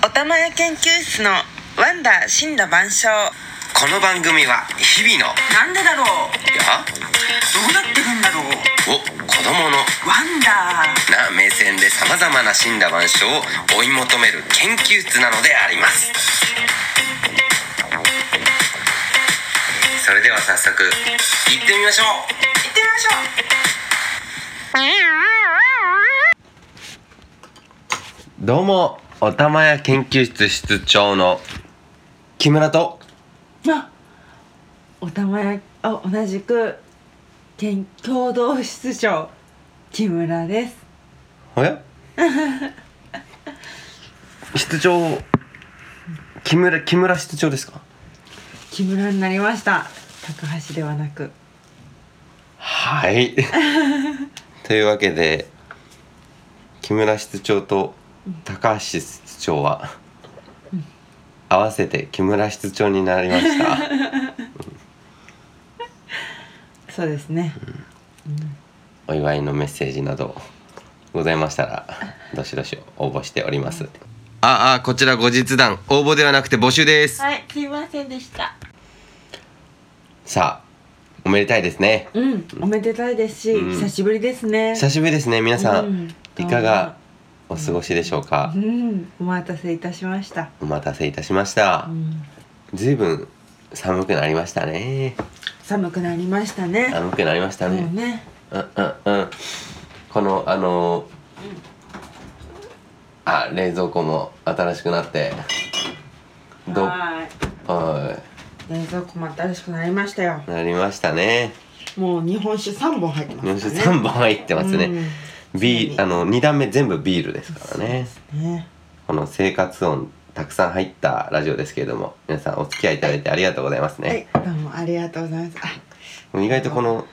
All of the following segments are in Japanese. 頭屋研究室のワンダー死んだ万象この番組は日々のなんでだろうやどうなってるんだろうを子供のワンダーな目線で様々な死んだ万象を追い求める研究室なのでありますそれでは早速行ってみましょう行ってみましょどうもおたまや研究室室長の木村とうまおたまやあ同じく県共同室長木村ですおや室長木村木村室長ですか木村になりました高橋ではなくはい。というわけで木村室長と高橋室長は合わせて木村室長になりま した。そうですねお祝いのメッセージなどございましたらどしどし応募しております。ああこちら後日談応募ではなくて募集です。はいすいませんでしたさあおめでたいですね。うんおめでたいですし、うん久しぶりですね久しぶりですね皆さうんん、いかがお過ごしでしょうかう。んお待たせいたしましたお待たせいたしました。ずいぶん寒くなりましたね寒くなりましたね。寒くなりましたもうねね。うんうんうんこのあのーあ冷蔵庫も新しくなってどははーい。冷蔵庫も新しくなりましたよい。なりましたねもう日本酒三本入ってます、ね。日本酒3本入ってますね、ビーあの2段目全部ビールですからねうん。ね。この生活音たくさん入ったラジオですけれども皆さんお付き合いいただいてありがとうございますね、はい。どうもありがとうございます。あ、意外とこの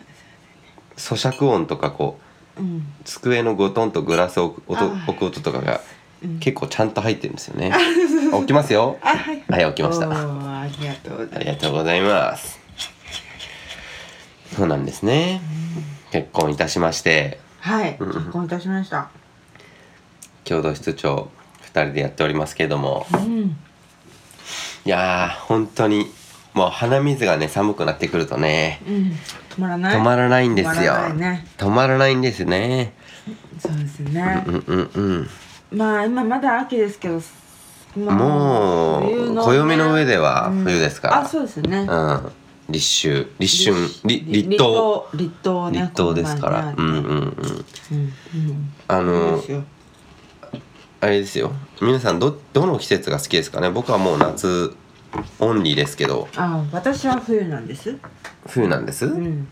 咀嚼音とかこううん。机のゴトンとグラスを置く音あー置く音とかがうん結構ちゃんと入ってるんですよね。起きますよ。あ、はい。はい起きましたおーありがとうござあいりまがとうございます。そうなんですね。結婚いたしましてす。はい。うん結婚いたしました。共同室長2人でやっておりますけれどもうん。いやー本当にもう鼻水がね寒くなってくるとねうん。止まらない。止まらないんです止よまらないね。止まらないんですね。そうですねう。んうんうん。まあ今まだ秋ですけど。まあも冬うのね暦の上では冬ですから。あ、そうですね。うん、立秋立春立立立冬冬立冬ね立冬ですから、こうんのう前ねんうんうんうんあそうのですよあれですよ皆さんどどの季節が好きですかね僕はもう夏オンリーですけどあ私は冬なんです冬なんです、うん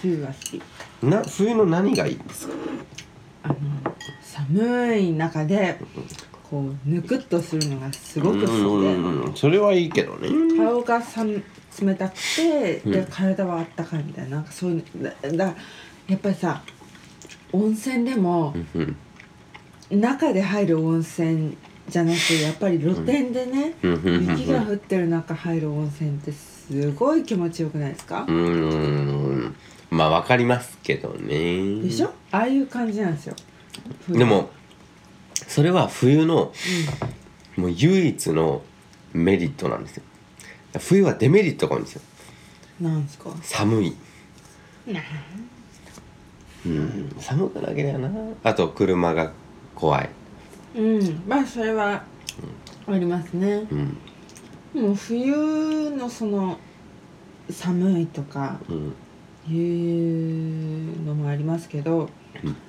冬が好きな冬の何がいいですかあの寒い中でこうぬくっとするのがすごくうん好うきんうんそれはいいけどねで顔がさん冷たくてうんで体はあったかいみたいななんかそういうのだだやっぱりさ温泉でもうんうん中で入る温泉じゃなくてやっぱり露天でね、うんうんうん雪が降ってる中入る温泉ってすごい気持ちよくないですかう、ーんまあわかりますけどねでしょああいう感じなんですよで、もそれは冬のもう唯一のメリットなんですよ冬はデメリットが多いんですようん、なんですか寒いうん寒くなければなあと車が怖いうんまあそれはありますねうんもう冬のその寒いとかうんいうのもありますけど、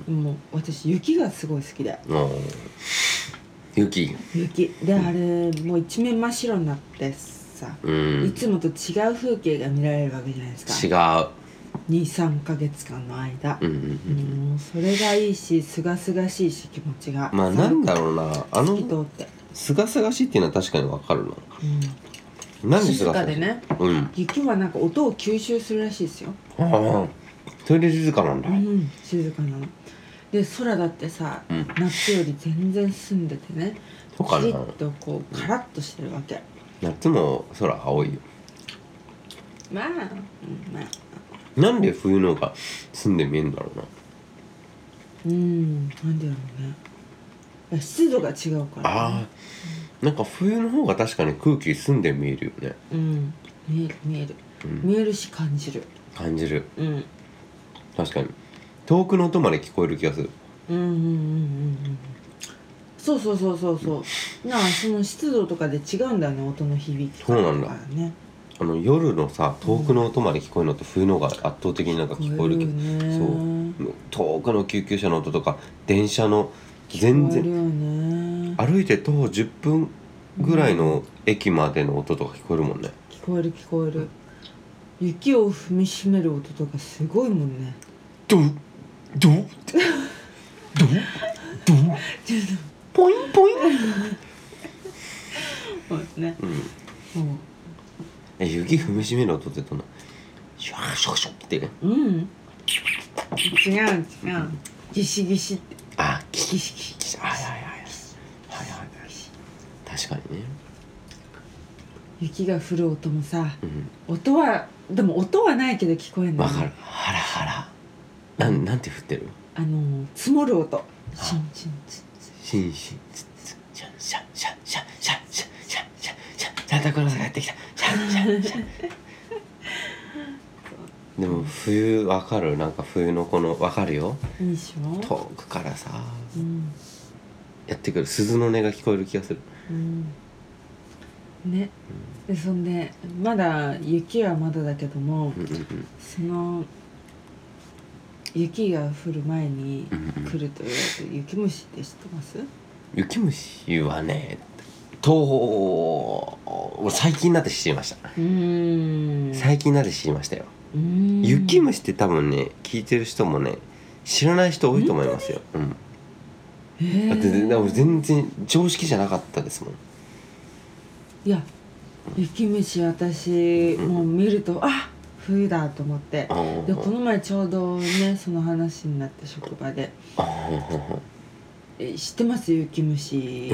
もう私雪がすごい好きでもう雪雪であれもう一面真っ白になってさ、ういんつもと違う風景が見られるわけじゃないですか違う23ヶ月間の間う、んうんもうそれがいいし清々しいし気持ちがまあなんだろうなあ透き通のって、すがすがしいっていうのは確かにわかるなうん、なんですが静かすがしいでねうん雪はなんか音を吸収するらしいですよ、ああそれで静かなんだうん、静かなので空だってさ、うん夏より全然澄んでてねそうかなきちっとこうカラッとしてるわけ夏も空青いよまあ、うん、まあなんで冬のが住んで見えんだろうなうんなんでだろうねいや湿度が違うから、あね、あなんか冬の方が確かに空気澄んで見えるよね、うん見える見えるうん、見えるし感じる感じるうん確かに遠くの音まで聞こえる気がするうんうんうんうんうんそうそうそうそうそうなあその湿度とかで違うんだよね音の響きそうなんだとかねあの夜のさ遠くの音まで聞こえるのと冬の方が圧倒的になんか聞こえるけよど、ね遠くの救急車の音とか電車の全聞こえる然よね歩いて徒歩10分ぐらいの駅までの音とか聞こえるもんね聞こえる聞こえる雪を踏みしめる音とかすごいもんねドゥドゥドゥドゥポインポイン、そうねうん、そうえ雪踏みしめる音ってどんなシュワーシュワシュワってうん違う違うギシギシってあキギシギシシはいはいはいはいはい確かにね雪が降る音もさうん音はでも音はないけど聞こえるわかるハラハラなんなんて降ってるあの積もる音シンシンシンシンシンシンツツシャンシャンシャンシャンシャンシャンシャンシャンシャンサンタクロースがやってきたシャンシャンシャンでも冬わかるなんか冬のこのわかるよいいでしょ、遠くからさうんやってくる鈴の音が聞こえる気がするうん、ねでそんでまだ雪はまだだけども、うんうんうんその雪が降る前にうんうん来ると言われてる雪虫って知ってます雪虫はねと俺最近になって知りましたうん最近になって知りましたようん雪虫って多分ね聞いてる人もね知らない人多いと思いますよ、うん、えーだってね俺全然常識じゃなかったですもんいや雪虫私うんもう見るとあ冬だと思ってあーでこの前ちょうどねその話になって職場であー「え知ってます雪虫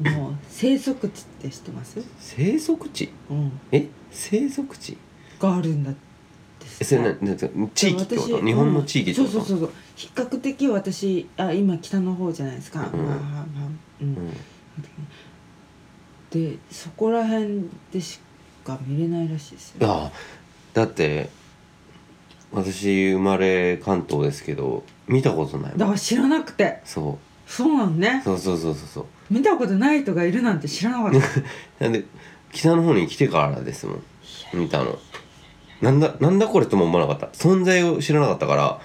の生息地って知ってます生息地うん」え生息地があるんだってえそれななんですか地域ってこ私と日本の地域ってこうんとそうそうそうそう比較的私あ今北の方じゃないですか、うんまあまあうんうんでそこら辺でしか見れないらしいですよあーだって私生まれ関東ですけど見たことないだもかんら知らなくてそそうなんうねそうそうそうそうそう見たことない人がいるなんて知らなかったなんで北の方に来てからですもん見たのなんだなんだこれとも思わなかった存在を知らなかったから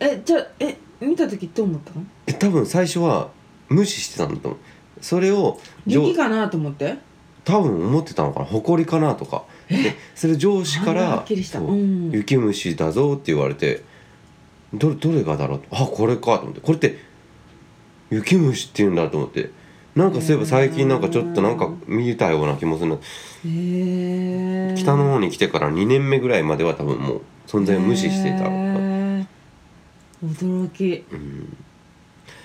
えじゃあえ見た時どう思ったのえ多分最初は無視してたんだと思うそれを上雪かなと思って多分思ってたのかな誇りかなとかでそれ上司かあんなはらっきりしたそううん雪虫だぞ」って言われてどどれがだろうとあこれかと思ってこれって雪虫っていうんだと思ってなんかそういえば最近なんかちょっとなんか見たような気もするなへえ北の方に来てから2年目ぐらいまでは多分もう存在を無視してた、へえ驚きうん、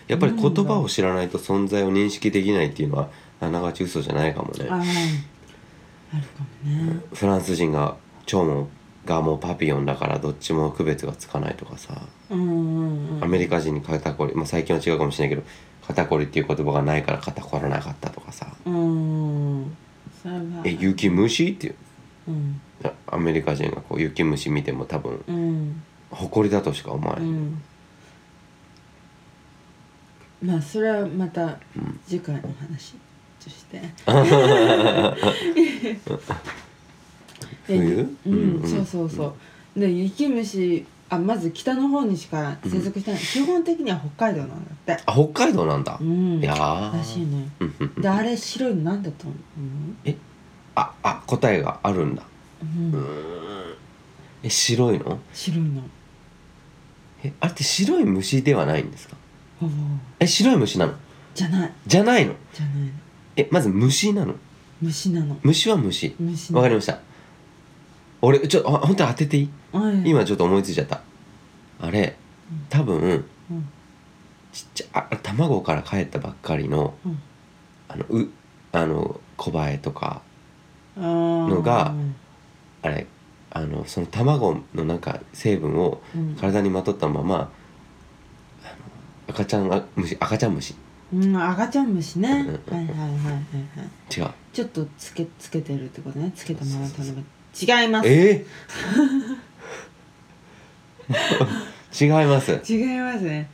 やっぱり言葉を知らないと存在を認識できないっていうのはあながち嘘じゃないかもねあああるかもねフランス人が蝶もガもパピオンだからどっちも区別がつかないとかさうんうんうんアメリカ人に肩こり、まあ、最近は違うかもしれないけど肩こりっていう言葉がないから肩こらなかったとかさうんそれは「え雪虫?」っていううんアメリカ人がこう雪虫見ても多分うん誇りだとしか思わうない、んまあそれはまた次回の話として冬うん、そうそうそうで雪虫あまず北の方にしか生息してない、基本的には北海道なんだってあ北海道なんだ、うんいやーらしいねうんうんうんであれ白いのなんだと思う、うんああ答えがあるんだうんえ白いの白いのえあれって白い虫ではないんですかほぼえ白い虫なのじゃないじゃないのじゃないのえまず虫なの虫なの虫は虫虫わかりるました俺ちょあ本当に当てていい今ちょっと思いついちゃったあれうん多分うんちっちゃあ卵から帰ったばっかりのうんあのうあのコバエとかののがあれあのその卵のなんか成分をうん体にまとったままあの赤ちゃんが虫赤ちゃん虫うん赤ちゃん虫ねはいうんうんはいはいはいはい違うちょっとつけつけてるってことねつけてもらうため違いますえ ー、違います違いますね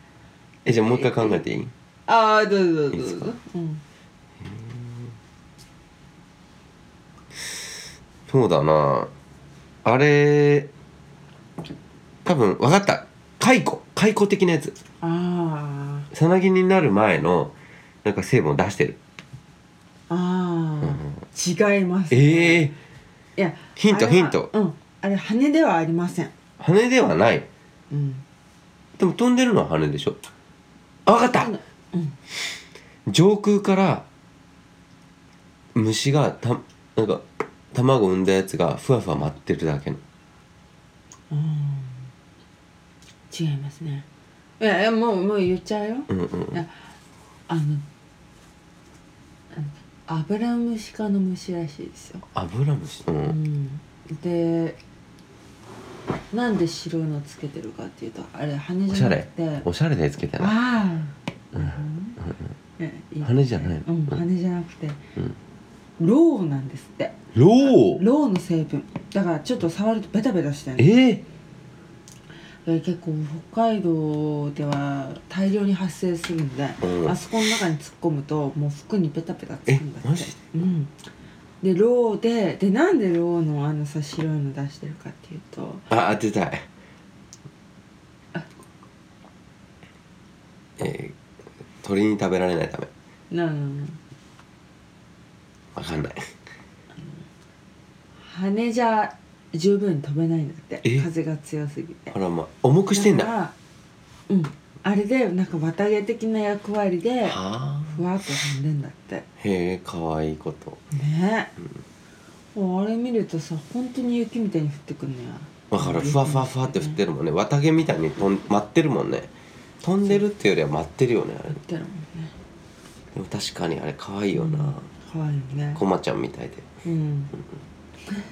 えじゃあもう一回考えていいああどうぞどうぞいいですどかうぞうんそうだなあれ多分わかった解雇解雇的なやつあさなぎになる前のなんか成分を出してるあああ違いますええー、いやヒンあれトはヒントうんあれ羽ではありません羽ではないうんでも飛んでるのは羽でしょあわかったうん上空から虫がたなんか卵を産んだやつがふわふわ舞ってるだけのうん違いますねいやいやもうもう言っちゃうようんうんうんあのあのアブラムシ科の虫らしいですよ、アブラムシううんん、でなんで白いのつけてるかっていうとあれ羽じゃなくておしゃれでつけてないああ、ねいいですね羽じゃないうん、うん羽じゃなくてうんロウなんですってローロウの成分だからちょっと触るとベタベタしてるのえええー結構北海道では大量に発生するんで、うんあそこの中に突っ込むともう服にペタペタつくんだってえマジうんでローででなんでローのあのさ白いの出してるかっていうとあ当てたいえー、鳥に食べられないためななわかんない羽じゃ十分飛べないんだってえ風が強すぎてあらまあ重くしてんだかはらうんあれでなんか綿毛的な役割であふわっと飛んでんだってへえかわいいことねえ、もうあれ見るとさ本当に雪みたいに降ってくんのよわかるふわふわふわって振ってるもんね綿毛みたいにとん舞ってるもんね飛んでるっていうよりは舞ってるよねあれ降ってるもんねでも確かにあれ可愛いよな可愛いねコマちゃんみたいでうん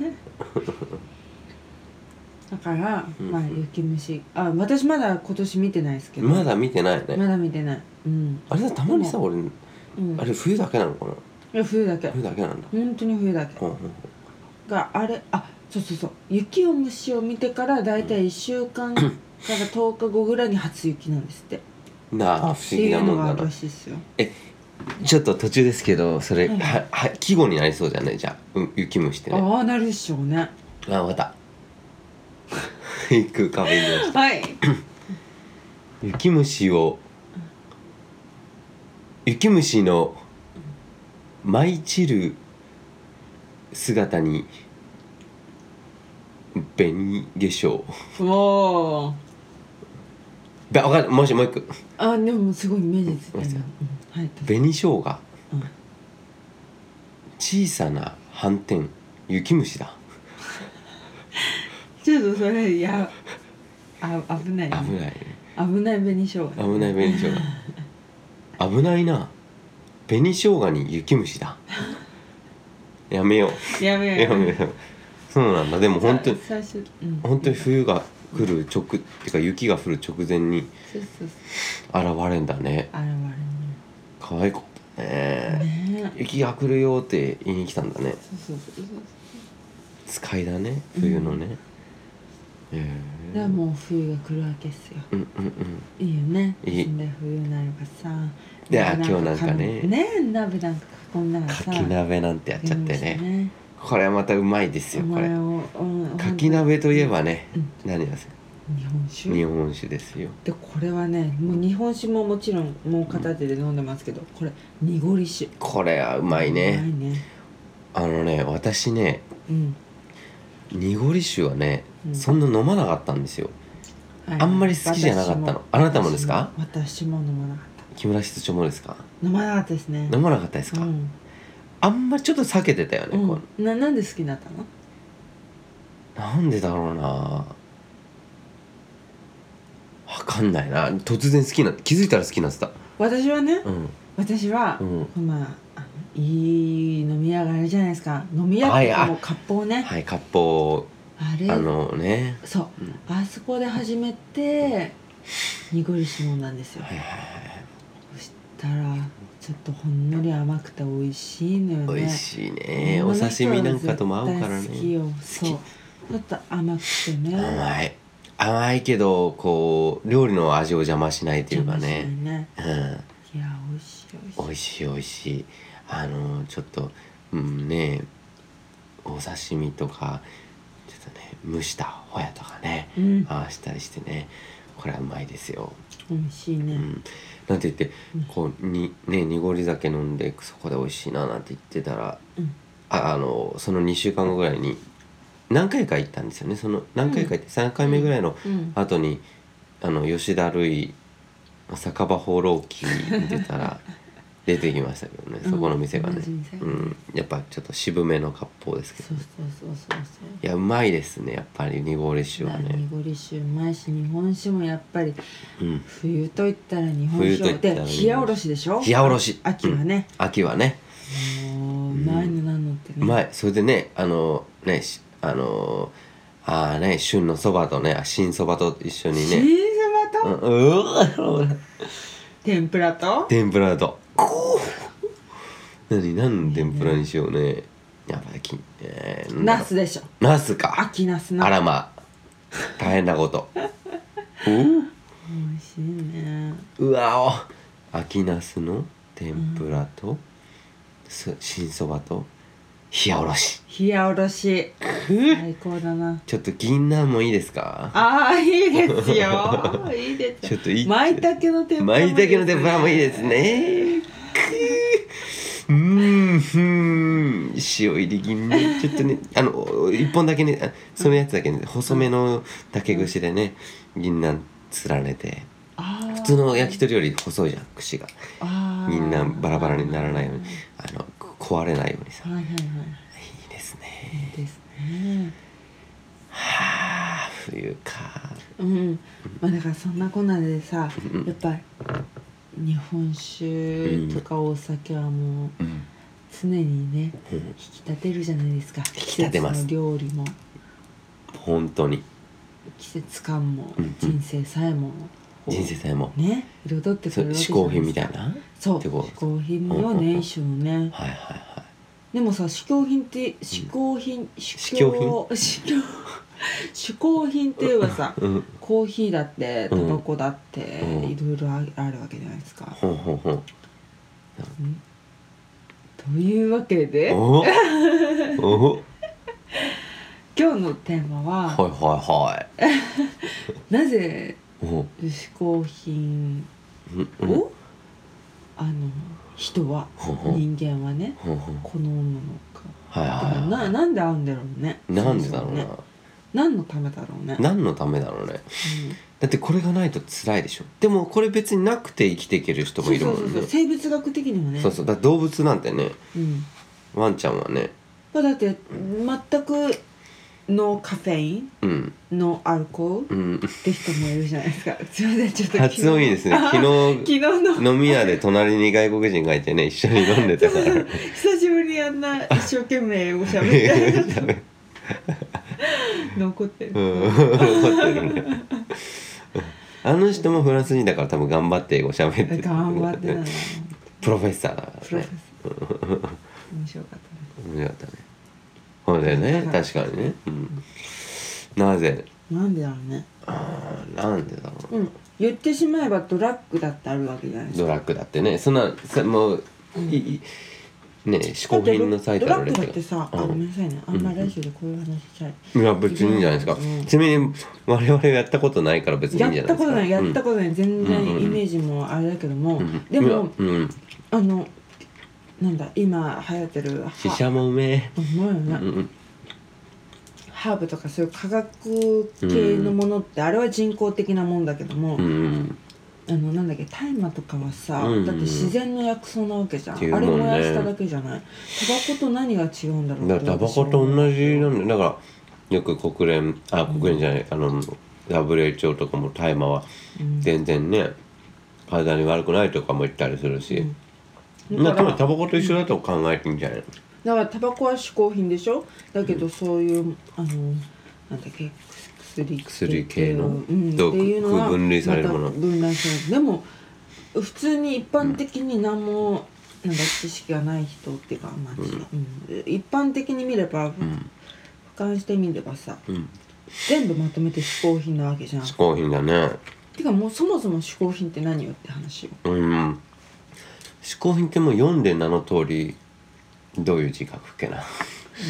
だから、うんまあ雪虫あ私まだ今年見てないですけどまだ見てないまねだ見てないうん、あれさたまにさ俺うん、あれ冬だけなのかないや冬だけ冬だけなんだ本当に冬だけうんうんがあれあそうそうそう雪を虫を見てからだいたい1週 間から10日後ぐらいに初雪なんですってうんなあっ不て思議いなうのもがあんるだらなしいですよちょっと途中ですけどそれはいはは季語になりそうじゃないじゃあう雪虫ってねああなるでしょうねあわかった行く壁に はい雪虫を雪虫の舞い散る姿に紅化粧おーだわかんないもしもう一個あでもすごいイメージついてるな、うん、はい紅生姜うん小さな斑点雪虫だちょっとそれいやあ危ない危ない危ない紅しょうが危ない紅生姜危ないな紅生姜に雪虫だやめよやめうようやめようそうなんだでも本当に最初、うん、本当に冬が来る直てか雪が降る直前にそうそうそう現れんだね現れる可愛い子だねねえ雪が来るよって言いに来たんだねそうそうそうそう使いだね冬のね、ええでもう冬が来るわけっすようんうんうんいいよねいいで冬になればさであ今日なんかねねえ鍋なんか囲んだらかさき鍋なんてやっちゃってねこれはまたうまいですおよこれ前を、うん、かき鍋といえばね、うん何です日本酒日本酒ですよでこれはねもう日本酒ももちろんもう片手で飲んでますけどこれ濁り酒うこれはうまいねうまいねあのね私ねうん、濁り酒はね、うんそんな飲まなかったんですよはいあんまり好きじゃなかったの私もあなたもですか私も私も飲まなかっ木村室長もですかた飲まなかったですね飲まなかったですか、うんあんまりちょっと避けてたよね、こうん、ななんで好きになったのうなんでだろうなわかんないな突然好きになって気づいたら好きになってた私はねうん私は、うんまああのいい飲み屋があるじゃないですか飲み屋っはていいうかあもう割烹ね、はい割烹あれあのねそう、うんあそこで初めて濁り酒飲んだんですよはいはいはいそしたたらちょっとほんのり甘くて美味しいのよね美味しいねお刺身なんかとも合うから女の人は絶対好きよねそうちょっと甘くてね甘い甘いけどこう料理の味を邪魔しないというか邪ね魔しないねうんいや美味しい美美味しい味しい美味しいあのちょっとうんねお刺身とかちょっとね蒸したホヤとかね、うんああしたりしてねこれはうまいですよ、美味しいうね、ん、なんて言ってこうにね濁り酒飲んでそこで美味しいななんて言ってたらうんああのその2週間後ぐらいに何回か行ったんですよねその何回か行って3回目ぐらいの、うん後にあの吉田類酒場放浪記に出 たら出てきましたけどねそこの店がね、うん同じ店うんやっぱちょっと渋めの割烹ですけどそうそうそうそうそういやうまいですねやっぱり濁り酒はね、濁り酒うまいし日本酒もやっぱりうん、冬といったら日本冬と酒いったらで日本酒冷やおろしでしょ冷やおろし秋はね、秋はねもううまいのなんのってねうまいそれでねあのねしあのああね旬のそばとねあ新そばと一緒にチーねズうバとんうわ天ぷらと天ぷらと何何の天ぷらにしようねやっぱりき、えー、ナスでしょナスか秋ナスなあらまあ大変なこと美味しいねうわお秋ナスの天ぷらと、す新そばと冷やおろし冷やおろし最高だなちょっと銀杏もいいですかああいいですよいいですよちょっといい舞茸の天ぷらもい舞いです茸の天ぷらもいいですねくーうーんふーん塩入り銀ねちょっとねあの一本だけねあそのやつだけね細めの竹串でね銀杏連ねてあー普通の焼き鳥より細いじゃん串があーみんなバラバラにならないようにあのこ壊れないようにさはいはいはいいいですいねいですねはあ冬かうんまあだからそんなこんなでさうんやっぱ日本酒とかお酒はもううん常にねうん引き立てるじゃないですか引き立てます季節の料理も本当に季節感もうんうん人生さえも人生さえもね彩ってくそれるうわけ嗜じゃ好ない品みでたすいなはいかそうって嗜ことです好品ようんうんうんね一種のねはいはいでもさ嗜好品って嗜好品嗜好品嗜好 嗜好品って言えばさうんコーヒーだってタバコだってうんいろいろああるわけじゃないですか。ほんほんほんというわけでおお今日のテーマはいははいはいなぜお嗜好品うんうんをあの人はほうほう人間はねほんほん好むのか。はいだからはないなんで合うんだろうね。なんでだろうそもなそもね何のためだろうね。何のためだろうねだってこれがないと辛いでしょでもこれ別になくて生きていける人もうんいるそもうそうそんうねそう生物学的にもね。そうそうだから動物なんてねうん。ワンちゃんはねまあだって全くノーカフェイン、うんノーアルコール。うんって人もいるじゃないです か。すいません、ちょっと。発音いいですねあ昨昨日日 の。飲み屋で隣に外国人がいてね一緒に飲んでたから久しぶりにあんな一生懸命英語しゃべって 残ってる。うん怒ってるねあの人もフランス人だから多分頑張って英語喋ってる頑張ってたな。プロフェッサーだかプらロねフェス。面白かったね。面白かったねそうだよね確かにね、うん、なぜなんでだろうね。あーなんでだろううん。言ってしまえばドラッグだってあるわけじゃないですか。ドラッグだってねそんなそもう、いいね嗜好品のサイトだあっるてやつドラッグだってさ、があ、うんごめんなさいね。あんまりラジオでこういう話したり。いや別にいいんじゃないですか、うんちなみに我々がやったことないから別にいいやんじゃっなたいですことかない、やったこことない。全うんうんう然んイメージもあれだけどもうん、でも、うんうんあの、なんだ、今流行ってる。はシシャもうめえうまいようね、んうんハーブとかそういう化学系のものって、あれは人工的なもんだけども、うんうんあのなんだっけ大麻とかはさ、うんだって自然の薬草なわけじゃん、っていうもあんねれ燃やしただけじゃないタバコと何が違うんだろうだっかてらタバコと同じなんだだからよく国連あ国連じゃないあの WHO とかも大麻はうん全然ね体に悪くないとかも言ったりするし、うんまあだか多ら分タバコと一緒だと考えていいんじゃないだからタバコは嗜好品でしょだけどそういうあのなんだっけ薬薬系のうん、ってどういうのは分類されるものまた分類されるでも普通に一般的に何も、なんか知識がない人っていうか、まあうん一般的に見れば、うん俯瞰してみればさうん全部まとめて嗜好品なわけじゃん嗜好品だねてかもうそもそも嗜好品って何よって話ようん嗜好品ってもう読んで名の通りどういう字書くっけな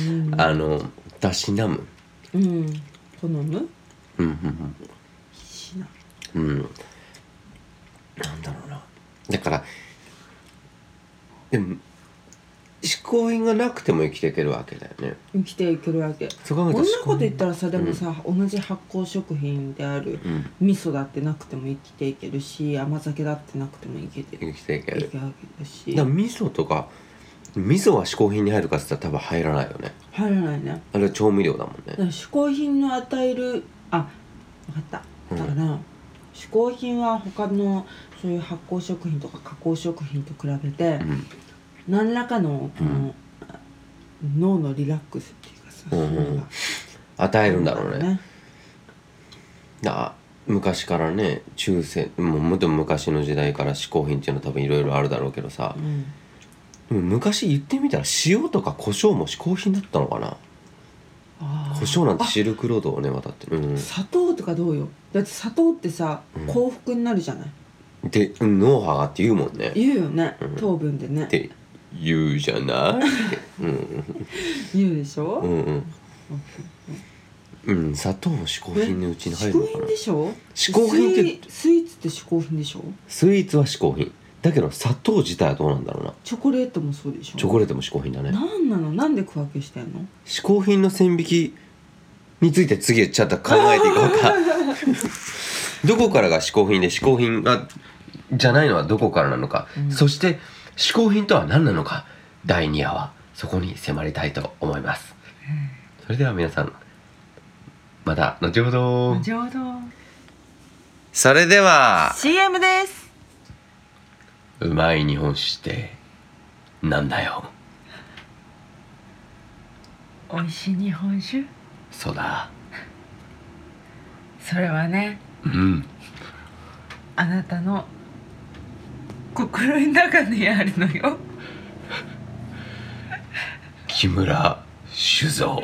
うん、あのたしなむうん、好むうんうんしなうんうんなんだろうなだからでも嗜好品がなくても生きていけるわけだよね生きていけるわけそここんまなでこと言ったらさでもさ、同じ発酵食品であるうん味噌だってなくても生きていけるし甘酒だってなくても生きていける生きていけるだかしら味噌とか味噌は嗜好品に入るかっつったら多分入らないよね入らないねあれは調味料だもんだかねら嗜好品の与えるあ分かったうんだから、嗜好品は他のそういう発酵食品とか加工食品と比べてうん何らかのこの、脳のリラックスっていうかさ、うんうんそういうのが与えるんだろうねだ昔からね中世もうもっと昔の時代から嗜好品っていうのは多分いろいろあるだろうけどさう、ん、でも昔言ってみたら塩とか胡椒も嗜好品だったのかなあー胡椒なんてシルクロードをね渡ってる、うん砂糖とかどうよだって砂糖ってさ、うん幸福になるじゃないで「うん脳波が」って言うもんねっ言うよね、うん糖分でねて言うじゃないうん言うでしょ、うんうんうん砂糖も嗜好品のうちに入嗜る好のか品なでしょ嗜好品ってスイスイーツって嗜好品でしょスイーツは嗜好品だけど砂糖自体はどうなんだろうなチョコレートもそうでしょチョコレートも嗜好品だねなんなのなんで区分けしてんの嗜好品の線引きについて次ちょっと考えていこうか どこからが嗜好品で嗜好品がじゃないのはどこからなのか、うんそして嗜好品とは何なのか第2話はそこに迫りたいと思います、それでは皆さんまた後ほどちょうどそれでは CM ですうまい日本酒ってなんだよ美味しい日本酒そうだそれはねうんあなたの心の中にあるのよ木村酒造